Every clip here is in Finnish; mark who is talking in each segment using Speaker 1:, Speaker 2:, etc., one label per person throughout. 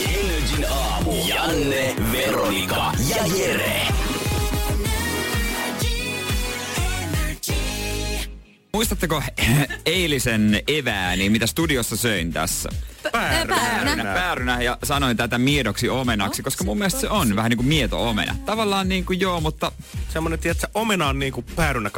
Speaker 1: Energin aamu. Janne, Veronika ja Jere.
Speaker 2: Muistatteko eilisen evääni, mitä studiossa söin tässä?
Speaker 3: Päärynä. Päärynä.
Speaker 2: Päärynä ja sanoin tätä miedoksi omenaksi, koska mun mielestä se on vähän niin kuin mieto omena. Tavallaan niin kuin joo, mutta
Speaker 3: Semmoinen, tiedätkö, omena on niinku päärynä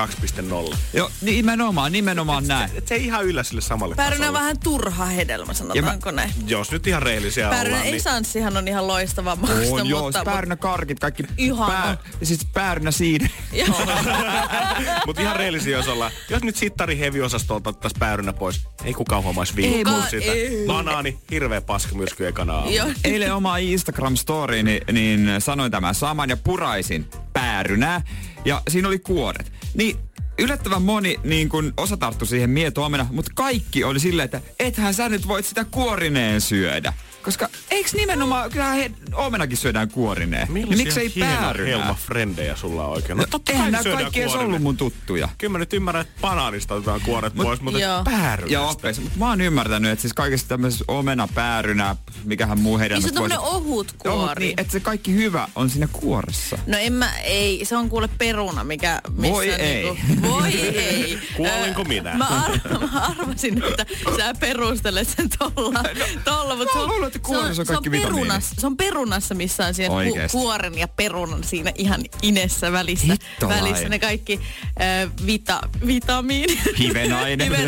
Speaker 3: 2.0.
Speaker 2: jo, niin nimenomaan, nimenomaan näin.
Speaker 3: Et se ei ihan yllä sille samalle
Speaker 4: Päärynä on
Speaker 3: tasolle.
Speaker 4: vähän turha hedelmä, sanotaanko näin.
Speaker 3: Jos nyt ihan reellisiä
Speaker 4: Päärynä
Speaker 3: ollaan, niin
Speaker 4: essanssihan on ihan loistava mausta,
Speaker 2: On joo,
Speaker 4: mutta...
Speaker 2: päärynä karkit, kaikki
Speaker 4: Ihana.
Speaker 2: pää, siis päärynä siinä.
Speaker 4: Niin,
Speaker 3: Mutta ihan reellisiä jos ollaan. Jos nyt sittari heviosastolta ottaisi päärynä pois, ei kukaan huomaisi viikkoa
Speaker 4: kukaan,
Speaker 3: sitä.
Speaker 4: ei.
Speaker 3: Banaani, hirveä paskamyrsky ekana aamu.
Speaker 4: Joo,
Speaker 2: Eilen oma instagram story niin, niin sanoin tämän saman ja puraisin päärynää. Ja siinä oli kuoret. Niin yllättävän moni niin kun osa tarttui siihen mietoomena, mutta kaikki oli silleen, että ethän sä nyt voit sitä kuorineen syödä. Koska eiks nimenomaan, kyllähän he, omenakin syödään kuorineen.
Speaker 3: Millaisia
Speaker 2: niin miksei
Speaker 3: hienoja
Speaker 2: päärynää?
Speaker 3: helmafrendejä sulla on oikein?
Speaker 2: No,
Speaker 3: No totta
Speaker 2: eihän
Speaker 3: kai
Speaker 2: nämä
Speaker 3: syödään
Speaker 2: kaikki edes
Speaker 3: kuorinen.
Speaker 2: ollut mun tuttuja.
Speaker 3: Kyllä mä nyt ymmärrän, että banaanista otetaan kuoret pois, mutta
Speaker 4: joo.
Speaker 3: et päärynästä.
Speaker 2: Ja oppeissa. Mutta mä oon ymmärtänyt, että siis kaikessa tämmöisessä omena, päärynä, mikähän muu heidän...
Speaker 4: niin se on tommonen ohut
Speaker 2: Joo,
Speaker 4: kuori.
Speaker 2: mut niin, että se kaikki hyvä on siinä kuoressa.
Speaker 4: No en mä, ei, se on kuule peruna, mikä... Missä
Speaker 2: Voi
Speaker 4: on
Speaker 2: ei.
Speaker 4: Niinku, voi ei.
Speaker 3: Kuolinko
Speaker 4: Ö,
Speaker 3: minä?
Speaker 4: Mä, ar- mä arvasin, että sä perustelet sen tolla, tolla mutta
Speaker 2: no. mä luulen, että kuoressa on kaikki
Speaker 4: se on,
Speaker 2: vitamiinit.
Speaker 4: perunassa, se on perunassa, missä on siinä ku,
Speaker 2: Oikeesti.
Speaker 4: kuoren ja perunan siinä ihan inessä välissä.
Speaker 2: Hittolainen.
Speaker 4: Välissä ne kaikki äh, vita, vitamiinit.
Speaker 2: Hivenainen.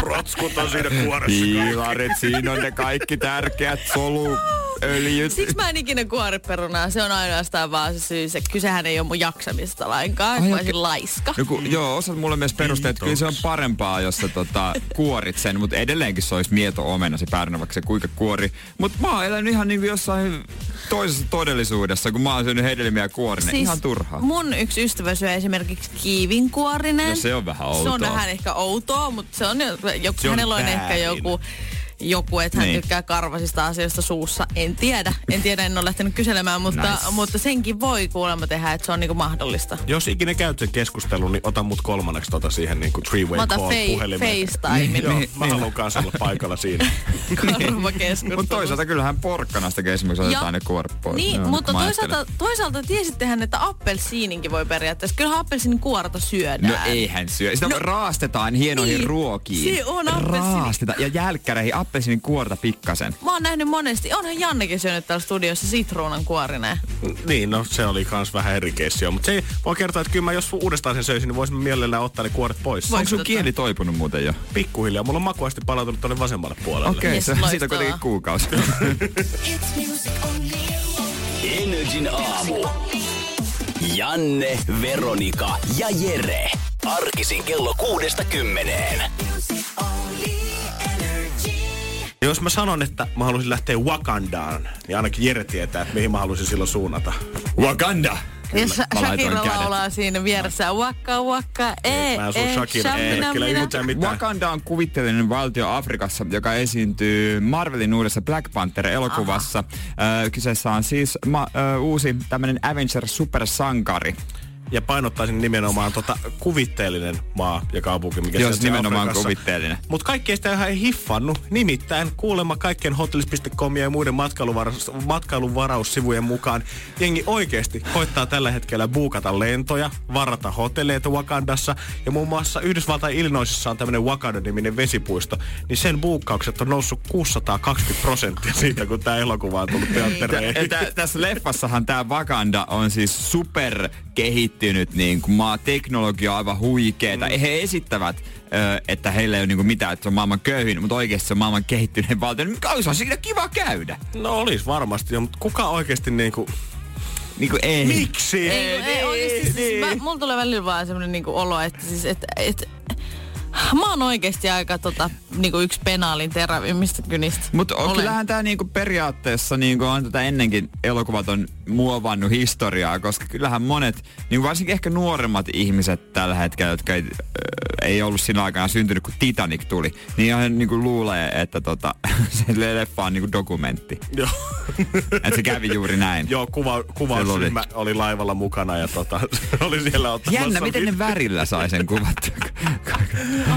Speaker 3: Protskut on siinä kuoressa.
Speaker 2: Niin. Piilarit, siinä on ne kaikki tärkeät soluöljyt.
Speaker 4: Siksi mä en ikinä kuori perunaa. Se on ainoastaan vaan se syy. Se, kysehän ei ole mun jaksamista lainkaan.
Speaker 2: Ai,
Speaker 4: Ai, mä
Speaker 2: okei.
Speaker 4: olisin laiska.
Speaker 2: No kun, joo, osat mulle myös perusteet, että kyllä se on parempaa, jos sä tota, kuorit sen, mutta edelleenkin se olisi mieto omena se päärynä, vaikka se kuinka kuori. Mutta mä oon elänyt ihan niinku jossain toisessa todellisuudessa, kun mä oon syönyt hedelmiä kuorina. Siis ihan turhaa.
Speaker 4: Mun yksi ystävä syö esimerkiksi kiivinkuorinen.
Speaker 2: No se on vähän
Speaker 4: Se
Speaker 2: outoa.
Speaker 4: on vähän ehkä outoa, mutta se on, joku,
Speaker 3: Se on
Speaker 4: hänellä on ehkä
Speaker 3: väärin.
Speaker 4: joku, joku että hän
Speaker 2: Niin.
Speaker 4: tykkää karvasista asioista suussa. En tiedä, en tiedä, en ole lähtenyt kyselemään, mutta,
Speaker 2: Nice.
Speaker 4: mutta senkin voi kuulemma tehdä, että se on niinku mahdollista.
Speaker 3: Jos ikinä käyt sen keskustelun, niin ota mut kolmanneksi tota siihen niin kuin three-way
Speaker 4: Mä otan
Speaker 3: call
Speaker 4: fei-
Speaker 3: puhelimeen.
Speaker 4: FaceTimein
Speaker 3: Joo,
Speaker 2: Niin,
Speaker 3: mä
Speaker 2: niin.
Speaker 3: haluan kanssa olla paikalla siinä.
Speaker 4: karvakeskustelun.
Speaker 2: Mutta toisaalta kyllähän porkkanastakin esimerkiksi
Speaker 4: Ja-
Speaker 2: otetaan ne kuoret pois.
Speaker 4: Niin,
Speaker 2: Joo,
Speaker 4: mutta
Speaker 2: kun mä
Speaker 4: toisaalta,
Speaker 2: ajattelen.
Speaker 4: toisaalta tiesittehän, että appelsiininkin voi periaatteessa. Kyllähän appelsiinin kuorta syödään.
Speaker 2: No eihän syö. Sitä
Speaker 4: No-
Speaker 2: raastetaan hienoihin
Speaker 4: Niin.
Speaker 2: ruokiin.
Speaker 4: Se on appelsiini.
Speaker 2: Raastetaan. Ja jälkkäreihin appelsiinin kuorta pikkasen.
Speaker 4: Mä oon nähnyt monesti. Onhan Jannekin syönyt täällä studiossa sitruunan kuorineen.
Speaker 3: niin, no se oli kans vähän eri keissi. Mutta se voi kertoa, että kyllä mä jos uudestaan sen söisin, niin voisin mielellään ottaa ne kuoret pois.
Speaker 4: Voi.
Speaker 2: Onko sun
Speaker 4: tota-
Speaker 2: kieli toipunut muuten jo?
Speaker 3: Pikkuhiljaa. Mulla on makuasti palautunut tuonne vasemmalle puolelle.
Speaker 2: Okei, okay,
Speaker 4: Jes,
Speaker 2: se siitä
Speaker 4: loistavaa.
Speaker 2: on kuitenkin kuukausi.
Speaker 1: Energin aamu. Janne, Veronika ja Jere. Arkisin kello kuudesta kymmeneen.
Speaker 3: Jos mä sanon, että mä haluaisin lähteä Wakandaan, niin ainakin Jere tietää, että mihin mä haluaisin silloin suunnata.
Speaker 2: Wakanda!
Speaker 4: Ja Niin Sha-
Speaker 2: mä laitoin
Speaker 4: Shakira
Speaker 2: kädet. Niin,
Speaker 4: laulaa siinä vieressä. Wakka, wakka, ee,
Speaker 3: Mä en sun
Speaker 4: ee,
Speaker 3: Shakira, ei
Speaker 4: Eh, shamina,
Speaker 3: kyllä
Speaker 4: mina.
Speaker 3: yhtään mitään.
Speaker 2: Wakanda on kuvitteellinen valtio Afrikassa, joka esiintyy Marvelin uudessa Black Panther-elokuvassa. Öö, kyseessä on siis ma- öö, uusi tämmönen Avenger-supersankari.
Speaker 3: Ja painottaisin nimenomaan tota kuvitteellinen maa ja kaupunki, mikä
Speaker 2: Joo, siis nimenomaan kuvitteellinen.
Speaker 3: Mutta kaikki ei sitä ihan ei hiffannu. Nimittäin kuulemma kaikkien hotels.com ja muiden matkailuvar- matkailuvaraussivujen mukaan jengi oikeasti koittaa tällä hetkellä buukata lentoja, varata hotelleita Wakandassa. Ja muun muassa Yhdysvaltain Illinoisissa on tämmöinen Wakanda-niminen vesipuisto. Niin sen buukkaukset on noussut 620 prosenttia siitä, kun tämä elokuva on tullut teattereihin.
Speaker 2: Tä, tä, tässä leffassahan tämä Wakanda on siis super kehittynyt niin kuin maa, teknologia on aivan huikeeta. Mm. He esittävät, ö, että heillä ei ole niin kuin mitään, että se on maailman köyhin, mutta oikeasti se on maailman kehittyneen valtio. Niin olisi siinä kiva käydä.
Speaker 3: No olisi varmasti, mutta kuka oikeasti niinku...
Speaker 2: Niin kuin ei.
Speaker 3: Miksi? niin.
Speaker 4: Ei, ei, ei, ei, siis, siis, mä, mulla tulee välillä vaan semmonen niinku olo, että siis, et, et, Mä oon oikeesti aika tota, niinku yksi penaalin terävimmistä kynistä.
Speaker 2: Mutta
Speaker 4: Olen.
Speaker 2: kyllähän tämä niinku periaatteessa niinku on tätä ennenkin elokuvat on muovannut historiaa, koska kyllähän monet, niinku varsinkin ehkä nuoremmat ihmiset tällä hetkellä, jotka ei, ö, ei ollut siinä aikana syntynyt, kun Titanic tuli, niin ihan niinku luulee, että tota, se leffa on niinku dokumentti.
Speaker 3: Joo.
Speaker 2: Että se kävi juuri näin.
Speaker 3: Joo, kuva, kuvausryhmä oli laivalla mukana ja tota, oli siellä ottamassa.
Speaker 2: Jännä, miten ne värillä sai sen kuvattua.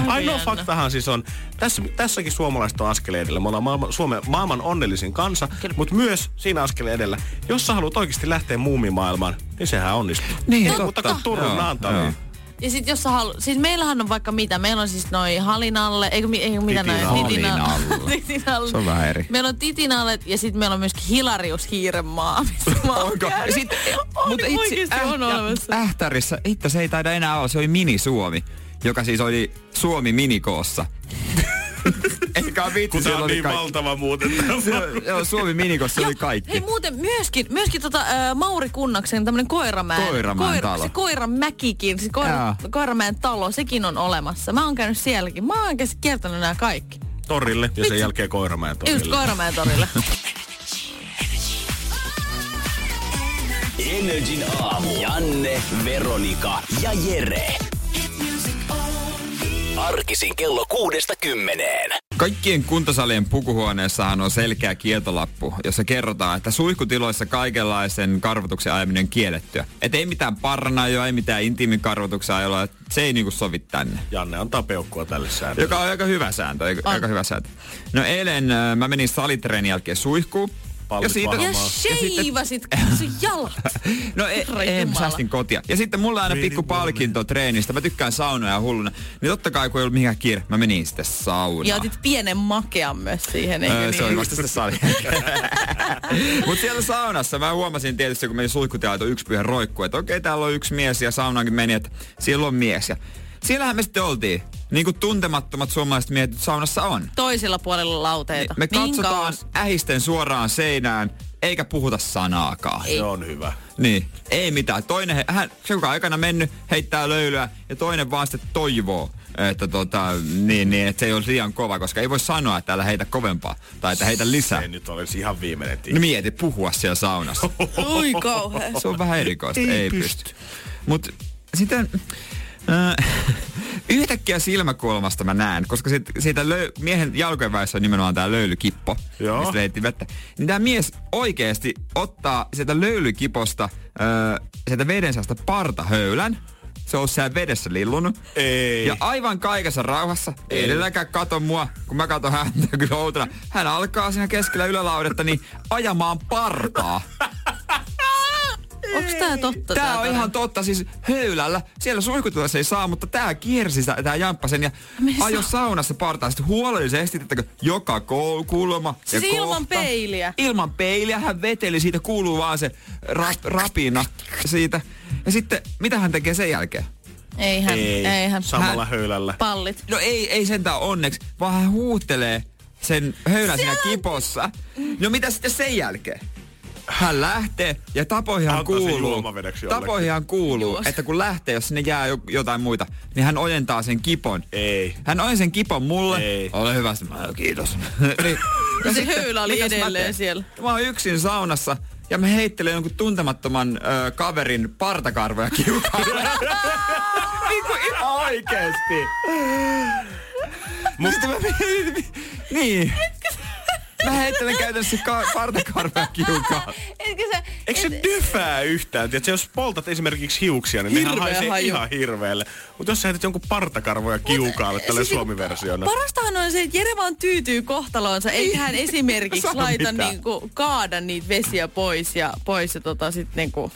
Speaker 3: Ainoa
Speaker 4: Jännä.
Speaker 3: faktahan siis on, tässä, tässäkin suomalaiset on askeleen edellä. Me ollaan maailman, Suomen maailman onnellisin kansa, mutta myös siinä askeleen edellä. Jos sä haluat oikeasti lähteä muumimaailmaan, niin sehän onnistuu.
Speaker 2: Niin,
Speaker 3: Mutta
Speaker 2: totta.
Speaker 3: kun Turun niin
Speaker 2: Joo, joo.
Speaker 3: Naantaliin.
Speaker 4: Ja sit jos sä halu... Siis meillähän on vaikka mitä. Meillä on siis noi halinalle, eikö, mi- eikö mitä näin?
Speaker 2: Titinalle.
Speaker 4: Titinalle.
Speaker 2: Halinalle.
Speaker 4: Titinalle.
Speaker 2: Se on vähän eri.
Speaker 4: Meillä on titinalle ja sit meillä on myöskin Hilarius Hiirenmaa, missä mä oon
Speaker 2: Onko?
Speaker 4: käynyt.
Speaker 2: Sit,
Speaker 4: on,
Speaker 2: mut
Speaker 4: niin
Speaker 2: itse Äh-
Speaker 4: oikeesti on
Speaker 2: ja
Speaker 4: olemassa.
Speaker 2: Ähtärissä, itse se ei taida enää olla, se oli mini Suomi, joka siis oli Suomi minikoossa. Eikä ole vitsi,
Speaker 3: Kun tää
Speaker 2: siellä
Speaker 3: on
Speaker 2: oli
Speaker 3: niin
Speaker 2: kaikki.
Speaker 3: valtava muuten.
Speaker 2: Se- Joo, Suomi minikossa oli kaikki.
Speaker 4: Hei muuten myöskin, myöskin tota, äh, Mauri Kunnaksen tämmönen Koiramäen,
Speaker 2: Koiramäen talo.
Speaker 4: Se Koiramäkikin, se koira,
Speaker 2: Jaa.
Speaker 4: Koiramäen talo, sekin on olemassa. Mä oon käynyt sielläkin. Mä oon oikeesti kiertänyt nämä kaikki.
Speaker 3: Torille ja sen jälkeen Koiramäen torille.
Speaker 4: Just Koiramäen torille.
Speaker 1: Energin aamu. Janne, Veronika ja Jere. Arkisin kello kuudesta kymmeneen.
Speaker 2: Kaikkien kuntosalien pukuhuoneessahan on selkeä kieltolappu, jossa kerrotaan, että suihkutiloissa kaikenlaisen karvotuksen ajaminen on kiellettyä. Et ei mitään parnaajoa, ei mitään intiimikarvotuksen ajoa, et se ei niinku sovi tänne.
Speaker 3: Janne antaa peukkua tälle säännölle.
Speaker 2: Joka on aika hyvä sääntö, eikö-
Speaker 4: On.
Speaker 2: aika hyvä sääntö. No eilen ö, mä menin salitreenin jälkeen suihkuun.
Speaker 3: Pallit
Speaker 2: ja siitä,
Speaker 3: pahamaan.
Speaker 4: ja
Speaker 3: Varmaan.
Speaker 4: sheivasit sun jalat.
Speaker 2: No ei,
Speaker 4: Herra
Speaker 2: ei mä
Speaker 4: Jumala.
Speaker 2: säästin kotia. Ja sitten mulla on aina pikku palkinto treenistä. Mä tykkään saunoja hulluna. Niin totta kai kun ei ollut mikään kiire, mä menin sitten saunaan.
Speaker 4: Ja otit pienen makean myös siihen, eikö
Speaker 2: Öö,
Speaker 4: niin?
Speaker 2: se oli vasta sitten sali. Mutta siellä saunassa mä huomasin tietysti, kun menin suihkutilaito yksi pyhä roikku, että okei, täällä on yksi mies ja saunaankin meni, että siellä on mies. Ja siellähän me sitten oltiin. Niin kuin tuntemattomat suomalaiset miehet saunassa on.
Speaker 4: Toisella puolella lauteita.
Speaker 2: Me
Speaker 4: Niin
Speaker 2: katsotaan
Speaker 4: kauas.
Speaker 2: ähisten suoraan seinään, eikä puhuta sanaakaan.
Speaker 3: Se on hyvä.
Speaker 2: Niin, ei mitään. Toinen, he- hän, se joka on aikana mennyt, heittää löylyä ja toinen vaan sitten toivoo, että, tota, niin, niin, että se ei ole liian kova, koska ei voi sanoa, että älä heitä kovempaa tai että heitä lisää.
Speaker 3: Ei nyt olisi ihan viimeinen tiiä.
Speaker 2: No mieti, puhua siellä saunassa.
Speaker 4: Ui kauhea.
Speaker 2: Se on vähän erikoista, ei,
Speaker 3: Ei
Speaker 2: ei pysty. pysty. Mutta sitten äh, yhtäkkiä silmäkulmasta mä näen, koska sit, siitä löy- miehen jalkojen välissä on nimenomaan tämä löylykippo,
Speaker 3: Joo.
Speaker 2: mistä heitti vettä. Niin tämä mies oikeasti ottaa sieltä löylykiposta, äh, sieltä veden seasta partahöylän, se on siellä vedessä lillunut.
Speaker 3: Ei.
Speaker 2: Ja aivan kaikessa rauhassa, ei edelläkään kato mua, kun mä katon häntä kyllä outona. Hän alkaa siinä keskellä ylälaudetta niin ajamaan partaa.
Speaker 4: Onks tää totta?
Speaker 2: Tää on
Speaker 4: tarina?
Speaker 2: ihan totta, siis höylällä. Siellä suihkutilassa ei saa, mutta tää kiersi sitä, tää jamppa sen ja
Speaker 4: Missä?
Speaker 2: ajo saunassa partaa sitten huolellisesti, että joka koul- kulma ja
Speaker 4: Siis ilman
Speaker 2: kohta.
Speaker 4: peiliä?
Speaker 2: Ilman peiliä. Hän veteli, siitä kuuluu vaan se rap, rapina siitä. Ja sitten, mitä hän tekee sen jälkeen?
Speaker 4: Eihän,
Speaker 3: Ei.
Speaker 4: eihän.
Speaker 3: Samalla höylällä.
Speaker 4: Pallit.
Speaker 2: No ei, ei sentään onneksi, vaan hän huutelee sen höylän siinä
Speaker 4: Siellä-
Speaker 2: kipossa. No mitä sitten sen jälkeen? Hän lähtee ja tapoihan
Speaker 3: Antaa sen
Speaker 2: kuuluu,
Speaker 3: juomavedeksi jollekin.
Speaker 2: tapoihan kuuluu, että kun lähtee, jos sinne jää jo- jotain muita, niin hän ojentaa sen kipon.
Speaker 3: Ei.
Speaker 2: Hän ojentaa sen kipon mulle.
Speaker 3: Ei.
Speaker 2: Ole hyvä, sitten mä, "Joo, kiitos. niin,
Speaker 4: Ja se höylä oli
Speaker 2: mitäs mä
Speaker 4: edelleen
Speaker 2: teen?
Speaker 4: siellä.
Speaker 2: Mä oon yksin saunassa ja mä heittelen jonkun tuntemattoman ö, kaverin partakarvoja kiukaalle. niin kuin ihan oikeesti. Mutta mä Niin. Mä heittelen käytännössä ka- partakarvoja kiukaan.
Speaker 4: Etkö sä...
Speaker 3: Eikö se
Speaker 4: et-
Speaker 3: dyfää yhtään? Tiedätkö, jos poltat esimerkiksi hiuksia, niin nehän
Speaker 4: Hirveä
Speaker 3: haisee
Speaker 4: haju.
Speaker 3: ihan hirveelle. Mutta jos sä heität jonkun partakarvoja kiukaalle tälle niin
Speaker 4: Siis niinku,
Speaker 2: no.
Speaker 3: suomi-versiona.
Speaker 4: Parastahan on se, että Jere vaan tyytyy kohtaloonsa, ei hän esimerkiksi
Speaker 2: Sano
Speaker 4: laita
Speaker 2: mitään.
Speaker 4: niinku, kaada niitä vesiä pois ja pois ja tota sit niinku...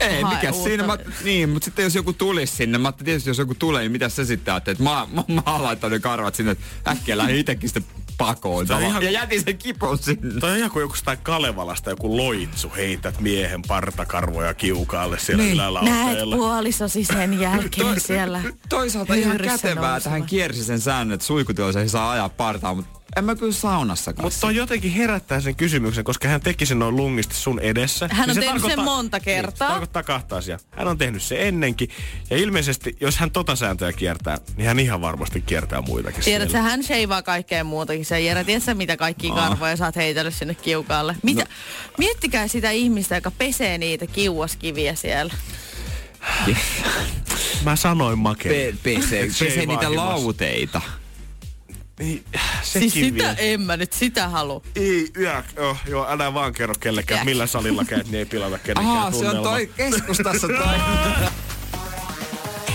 Speaker 2: Ei,
Speaker 4: hae
Speaker 2: mikä
Speaker 4: uutta.
Speaker 2: siinä. Mä, niin, mutta sitten jos joku tulisi sinne, mä ajattelin, tietysti jos joku tulee, niin mitä sä sitten ajattelet? Mä, mä, mä oon laittanut ne karvat sinne, että äkkiä lähdin itekin sitten pakoon.
Speaker 3: Se on
Speaker 2: tavallaan.
Speaker 3: ihan-
Speaker 2: Ja jätin sen kipon sinne.
Speaker 3: Toi on ihan kuin joku sitä Kalevalasta joku loitsu heität miehen partakarvoja kiukaalle siellä niin.
Speaker 4: Näet
Speaker 3: ylälautteella.
Speaker 4: puolisosi sen jälkeen siellä.
Speaker 2: Toisaalta ihan
Speaker 4: hyyryssä
Speaker 2: kätevää, että hän
Speaker 4: nousevat.
Speaker 2: kiersi sen säännön, että suikutyössä ei saa ajaa partaa, mutta en mä kyllä saunassakaan.
Speaker 3: Mutta toi jotenkin herättää sen kysymyksen, koska hän teki sen noin lungisti sun edessä.
Speaker 4: Hän on
Speaker 3: se
Speaker 4: tehnyt sen
Speaker 3: tarkoittaa-
Speaker 4: monta kertaa.
Speaker 3: Niin, se tarkoittaa kahta asiaa. Hän on tehnyt se ennenkin. Ja ilmeisesti, jos hän tota sääntöä kiertää, niin hän ihan varmasti kiertää muitakin.
Speaker 4: Tiedät, sä
Speaker 3: siellä.
Speaker 4: hän sheivaa kaikkea muutakin. Sä Jere, tiedät sä mitä kaikkia
Speaker 2: Ah.
Speaker 4: karvoja sä oot heitellyt sinne kiukaalle? Mitä?
Speaker 2: No.
Speaker 4: Miettikää sitä ihmistä, joka pesee niitä kiuaskiviä siellä.
Speaker 3: Mä sanoin makea.
Speaker 2: Pe- pese, pese niitä
Speaker 3: vaahimassa.
Speaker 2: lauteita.
Speaker 3: Niin, sekin
Speaker 4: Siis sitä
Speaker 3: vielä.
Speaker 4: en mä nyt, sitä halu.
Speaker 3: Ei, yäk, oh, joo, älä vaan kerro kellekään,
Speaker 4: Yäk.
Speaker 3: millä salilla käyt, niin ei pilata kenenkään
Speaker 2: Ahaa, se on
Speaker 3: tunnelmaa.
Speaker 2: toi keskustassa toi.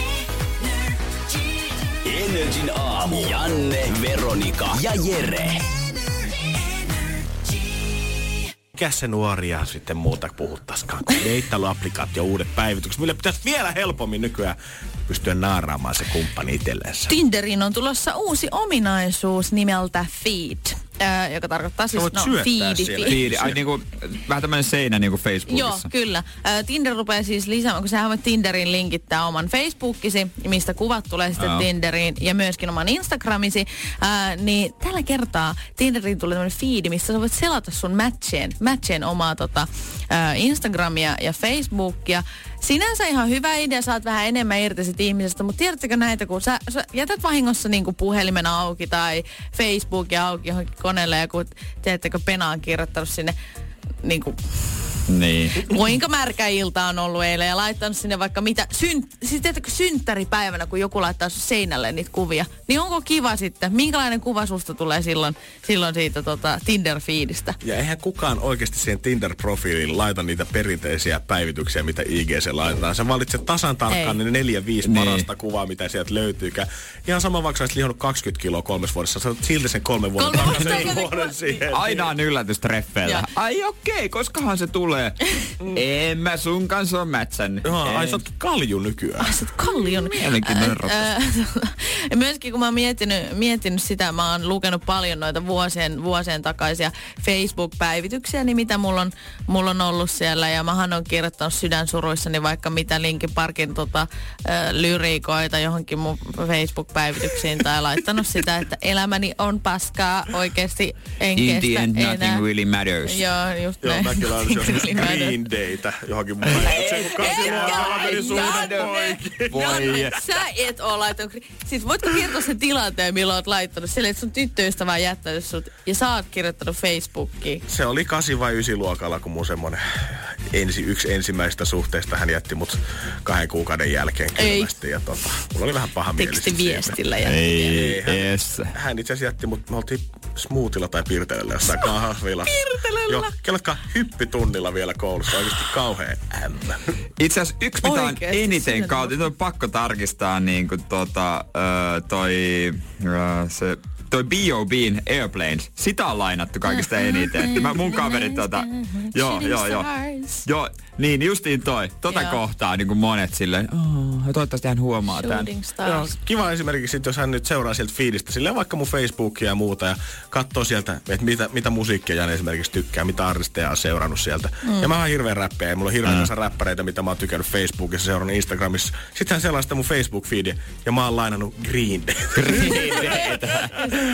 Speaker 1: Energin aamu. Janne, Veronika ja Jere.
Speaker 3: Mikäs se nuoria sitten muuta puhuttaisikaan kuin deittailuaplikaatio, uudet päivitykset, millä pitäisi vielä helpommin nykyään pystyä naaraamaan se kumppani itsellensä.
Speaker 4: Tinderiin on tulossa uusi ominaisuus nimeltä feed, ää, joka tarkoittaa siis
Speaker 3: No, voit syöttää
Speaker 4: feedi,
Speaker 3: siellä.
Speaker 4: feedi.
Speaker 2: Piiri, ai niinku, vähän tämmönen seinä niinku
Speaker 4: Joo,
Speaker 2: Facebookissa.
Speaker 4: kyllä. Ää, Tinder rupeaa siis lisäämään, kun sä voit Tinderin linkittää oman Facebookisi, mistä kuvat tulee sitten
Speaker 2: Joo.
Speaker 4: Tinderiin ja myöskin oman Instagramisi. Ää, niin tällä kertaa Tinderiin tulee tämmöinen feedi, missä sä voit selata sun matcheen, matcheen omaa tota, ää, Instagramia ja Facebookia. Sinänsä ihan hyvä idea, saat vähän enemmän irti siitä ihmisestä, mutta tiedättekö näitä, kun sä, sä jätät vahingossa niin puhelimen auki tai Facebookia auki johonkin koneelle ja kun tiedättekö Pena on kirjoittanut sinne niin kuin
Speaker 2: Niin.
Speaker 4: kuinka märkä ilta on ollut eilen ja laittanut sinne vaikka mitä. Syn, siis tiedätkö, synttäripäivänä, kun joku laittaa sun seinälle niitä kuvia, niin onko kiva sitten? Minkälainen kuva susta tulee silloin, silloin siitä tota, Tinder-fiidistä?
Speaker 3: Ja eihän kukaan oikeasti siihen Tinder-profiiliin laita niitä perinteisiä päivityksiä, mitä IG se laitetaan. Sä valitset tasan tarkkaan
Speaker 4: Ei.
Speaker 3: ne neljä, viisi
Speaker 2: Niin.
Speaker 3: parasta kuvaa, mitä sieltä löytyykään. Ihan sama vaikka sä olisit lihonnut 20 kiloa kolmessa vuodessa, sä otat silti sen kolmen vuoden
Speaker 4: Kolme vuotta
Speaker 3: takaisin
Speaker 4: takaisin.
Speaker 3: vuoden siihen.
Speaker 2: Aina on yllätys treffeillä.
Speaker 4: Joo. Mm.
Speaker 2: Ai okei, okay, koskahan se tulee. en mä sun kanssa oo mätsännyt.
Speaker 3: Joo, ai
Speaker 2: En.
Speaker 3: sä oot kalju nykyään.
Speaker 4: Ai, sä oot kallion.
Speaker 2: Jotenkin nörrottas.
Speaker 4: ja myöskin kun mä oon miettinyt, miettinyt sitä, mä oon lukenut paljon noita vuosien, vuosien takaisia Facebook-päivityksiä, niin mitä mulla on, mulla on ollut siellä. Ja mähän on kirjoittanut sydänsuruissani vaikka mitä Linkin Parkin tota, ö, lyriikoita johonkin mun Facebook-päivityksiin tai laittanut sitä, että elämäni on paskaa oikeasti en
Speaker 2: In the
Speaker 4: kestä
Speaker 2: end, nothing
Speaker 4: enää.
Speaker 2: really matters.
Speaker 4: Joo, just
Speaker 3: Joo,
Speaker 4: näin.
Speaker 3: mäkin laitoin
Speaker 4: Nothing
Speaker 3: joskus
Speaker 4: really matters.
Speaker 3: Green Daytä johonkin muuhun. Se kun kahdella meni suunnat poikki.
Speaker 2: Voi.
Speaker 4: Janne, sä et oo laittanut... kri- Siis voitko kertoa sen tilanteen, milloin oot laittanut? Sille, että sun tyttöystävä on jättänyt sut ja sä oot kirjoittanut Facebookiin.
Speaker 3: Se oli 8 vai 9 luokalla, kun mun semmonen ensi, yksi ensimmäistä suhteista hän jätti mut kahden kuukauden jälkeen
Speaker 4: Ei.
Speaker 3: kylmästi. Ja tota, mulla oli vähän paha mieli. sit
Speaker 4: Tekstiviestillä ja...
Speaker 2: Ei,
Speaker 3: Eihän.
Speaker 2: yes.
Speaker 3: siitä. Hän itse asiassa jätti mut, me oltiin smoothilla tai pirtelellä jossain kahvilla.
Speaker 4: Pirtelellä?
Speaker 3: Joo, kelatkaa hyppitunnilla vielä koulussa. Oikeesti kauhea M.
Speaker 2: Itse asiassa yksi mitä on
Speaker 4: Oikeesti,
Speaker 2: eniten
Speaker 4: sinne
Speaker 2: kautta, nyt on pakko tarkistaa niin kuin tota, ö, toi, ö, se, toi B.O.B.'n Airplanes. Sitä on lainattu kaikista eniten. Mä, mun kaverit tota, joo, joo, joo. Joo, niin justiin toi. Tota
Speaker 4: Joo.
Speaker 2: kohtaa niin kuin monet silleen, oh, toivottavasti hän huomaa tämän.
Speaker 4: Shooting
Speaker 3: Joo,
Speaker 4: stars.
Speaker 3: kiva esimerkiksi, sit, jos hän nyt seuraa sieltä fiilistä, silleen vaikka mun Facebookia ja muuta, ja katsoo sieltä, että mitä, mitä musiikkia Jan esimerkiksi tykkää, mitä artisteja on seurannut sieltä. Mm. Ja mä oon hirveän räppiä, ja mulla on hirveän mm. räppäreitä, mitä mä oon tykännyt Facebookissa, seurannut Instagramissa. Sitten hän selaa sitä mun Facebook-feediä, ja mä oon lainannut Green Day.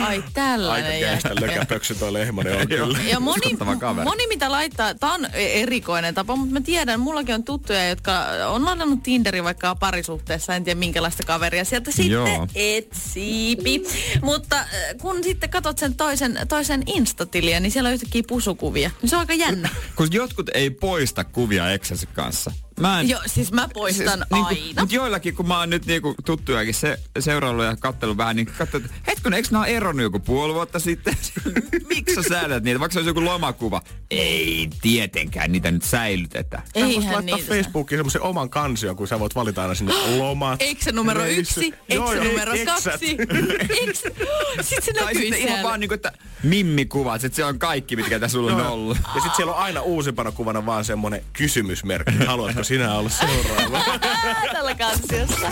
Speaker 4: Ai
Speaker 3: Aika
Speaker 4: tällainen.
Speaker 3: käistä lökäpöksy toi lehmonen on kyllä.
Speaker 4: Ja moni,
Speaker 2: Uskottava kaveri.
Speaker 4: moni mitä laittaa, tää on e- erikoinen tapa, mutta mä tiedän, mullakin on tuttuja, jotka on ladannut Tinderin vaikka parisuhteessa, en tiedä minkälaista kaveria sieltä sitten
Speaker 2: Joo.
Speaker 4: etsiipi. Mutta äh, kun sitten katsot sen toisen, toisen instatilia, niin siellä on yhtäkkiä pusukuvia. Niin se on aika jännä.
Speaker 2: Kun jotkut ei poista kuvia eksänsä kanssa. Mä en,
Speaker 4: Joo, siis mä poistan
Speaker 2: niinku,
Speaker 4: aina.
Speaker 2: Mut joillakin, kun mä oon nyt niinku tuttujakin se, seuraillut ja kattellut vähän, niin katsoin, että hetkinen, eikö nää ole eronnut joku puoli vuotta sitten? Miksi sä säilät niitä? Vaikka se olisi joku lomakuva. Ei tietenkään niitä nyt säilytetä.
Speaker 3: Sä voisit
Speaker 4: Eihän niin.
Speaker 3: laittaa
Speaker 4: niitä. saa.
Speaker 3: Facebookiin semmoisen oman kansion, kun sä voit valita aina sinne lomat.
Speaker 4: Eikö se numero
Speaker 3: reissut.
Speaker 4: yksi? Eikö
Speaker 3: Joo,
Speaker 4: se
Speaker 3: joo,
Speaker 4: numero
Speaker 3: eksät.
Speaker 4: kaksi? Eikö se... Sitten se
Speaker 2: Tai
Speaker 4: näkyy
Speaker 2: sitten ihan
Speaker 4: siellä.
Speaker 2: vaan niinku, että mimmikuvat, että se on kaikki, mitkä tässä sulla on ollut.
Speaker 3: Ja sit siellä on aina uusimpana kuvana vaan semmonen kysymysmerkki. Haluatko sinä olla seuraava?
Speaker 4: Ää, Tällä kansiossa.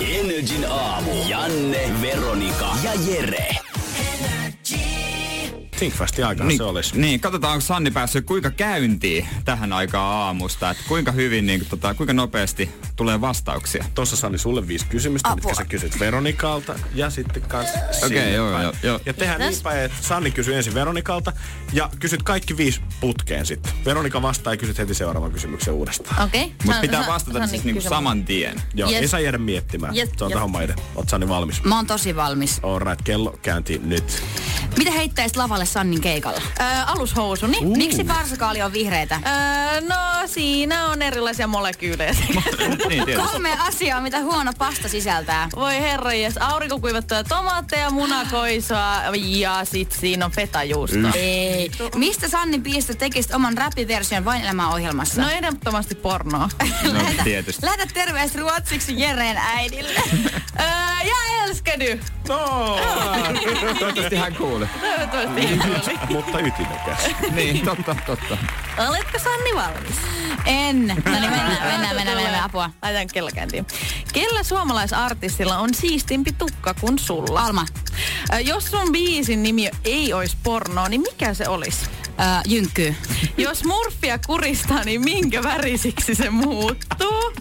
Speaker 1: Energin aamu. Janne, Veronika ja Jere.
Speaker 3: Thinkfastin aikaan se olisi.
Speaker 2: Niin, katsotaan, onko Sanni päässyt kuinka käyntiin tähän aikaan aamusta. Että kuinka hyvin, niin, niinku, tota, kuinka nopeasti tulee vastauksia.
Speaker 3: Tuossa Sani sulle viisi kysymystä,
Speaker 5: Apua.
Speaker 3: mitkä sä kysyt Veronikalta ja sitten kans sinne
Speaker 2: joo,
Speaker 3: päin.
Speaker 2: joo, joo.
Speaker 3: Ja tehdään niin
Speaker 4: Tässä-
Speaker 3: päin, että Sanni kysyy ensin Veronikalta ja kysyt kaikki viisi putkeen sitten. Veronika vastaa ja kysyt heti seuraavan kysymyksen uudestaan.
Speaker 4: Okei. Okay.
Speaker 2: Mutta pitää vastata
Speaker 4: niin
Speaker 2: siis niinku saman tien.
Speaker 3: Joo, yes.
Speaker 4: Yes.
Speaker 3: ei saa jäädä miettimään.
Speaker 4: Yes,
Speaker 3: Se on
Speaker 4: yes.
Speaker 3: tähän maiden. Oot Sanni valmis?
Speaker 5: Mä oon tosi valmis.
Speaker 3: Alright, kello käynti nyt.
Speaker 5: Mitä heittäisit lavalle Sannin keikalla?
Speaker 4: Äh, alushousuni.
Speaker 5: Uh. Miksi parsakaali on vihreitä?
Speaker 4: Öö, no siinä on erilaisia molekyylejä.
Speaker 2: niin, tietysti.
Speaker 5: Kolme asiaa, mitä huono pasta sisältää.
Speaker 4: Voi herra, jes, aurinkokuivattuja tomaatteja, munakoisoa ja sit siinä on Niin. fetajuustoa.
Speaker 5: Ei. Mistä Sanni Piistä tekisit oman räppiversion vain elämää ohjelmassa?
Speaker 4: No ehdottomasti pornoa.
Speaker 2: No, tietysti.
Speaker 5: Lähetä terveys ruotsiksi Jereen äidille.
Speaker 4: öö, ja elskedy.
Speaker 3: No,
Speaker 2: Toivottavasti hän kuulee.
Speaker 4: Toivottavasti.
Speaker 3: mutta ytimekäs.
Speaker 2: Niin, totta, totta.
Speaker 4: Oletko Sanni valmis?
Speaker 5: En. No niin, mennään,
Speaker 4: Mennään,
Speaker 5: mennään, mennään, mennään. Apua.
Speaker 4: Laitan kello käyntiin. Kellä suomalaisartistilla on siistimpi tukka kuin sulla?
Speaker 5: Alma.
Speaker 4: Ö, Jos sun biisin nimi ei olisi porno, niin mikä se olisi?
Speaker 5: Äh, jynkkyy.
Speaker 4: Jos murfia kuristaa, niin minkä värisiksi se muuttuu?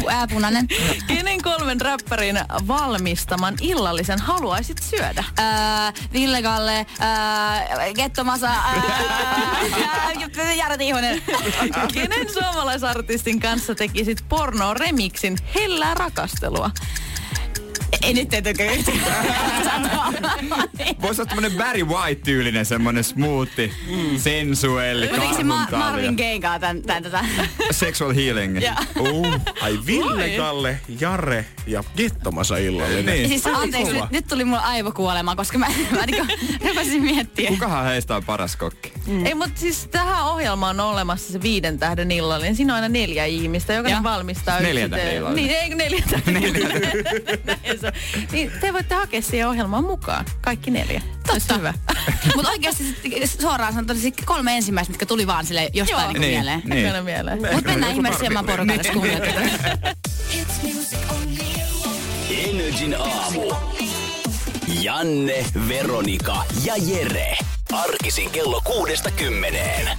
Speaker 5: Pu- Ää, punainen.
Speaker 4: Kenen kolmen räppärin valmistaman illallisen haluaisit syödä?
Speaker 5: Ää, Ville Galle, ää, Getto Masa, ää, ää, Jari Tiihonen.
Speaker 4: Kenen suomalaisartistin kanssa tekisit porno remixin hellää rakastelua?
Speaker 5: Ei nyt ei tykkää yhtään.
Speaker 2: Voisi olla tämmönen Barry White-tyylinen semmonen smoothie, sensuelli,
Speaker 5: Miksi Mm. ma- Marvin
Speaker 2: karhuntaalia.
Speaker 5: Geinkaa tän, tän tätä?
Speaker 2: Sexual healing.
Speaker 3: Uh, ai Ville,
Speaker 4: Voi.
Speaker 3: Kalle, Jare ja Gettomasa illallinen.
Speaker 2: Niin.
Speaker 5: Siis anteeksi,
Speaker 3: kova.
Speaker 5: nyt, nyt tuli mulla aivokuolema, koska mä, mä niinku rupesin miettiä.
Speaker 2: Kukahan heistä on paras kokki?
Speaker 4: Mm. Ei, mutta siis tähän ohjelmaan on olemassa se viiden tähden illallinen. Siinä on aina neljä ihmistä, joka
Speaker 5: Joo.
Speaker 4: valmistaa
Speaker 2: Neljän
Speaker 4: yksi-
Speaker 2: tähden illallinen.
Speaker 4: Niin, ei kun neljä tähden Näin se on. niin, te voitte hakea siihen ohjelmaan mukaan. Kaikki neljä. Totta. hyvä.
Speaker 5: Mutta oikeasti sit suoraan sanottuna sit kolme ensimmäistä, mitkä tuli vaan sille jostain
Speaker 4: Joo.
Speaker 5: niinku
Speaker 2: Niin.
Speaker 5: mieleen.
Speaker 2: Niin.
Speaker 4: Niin. mieleen.
Speaker 5: Mutta mennään ihmeessä syömään porukalle, jos kuuntelet tätä.
Speaker 1: Energin aamu. Janne, Veronika ja Jere. Arkisin kello kuudesta kymmeneen.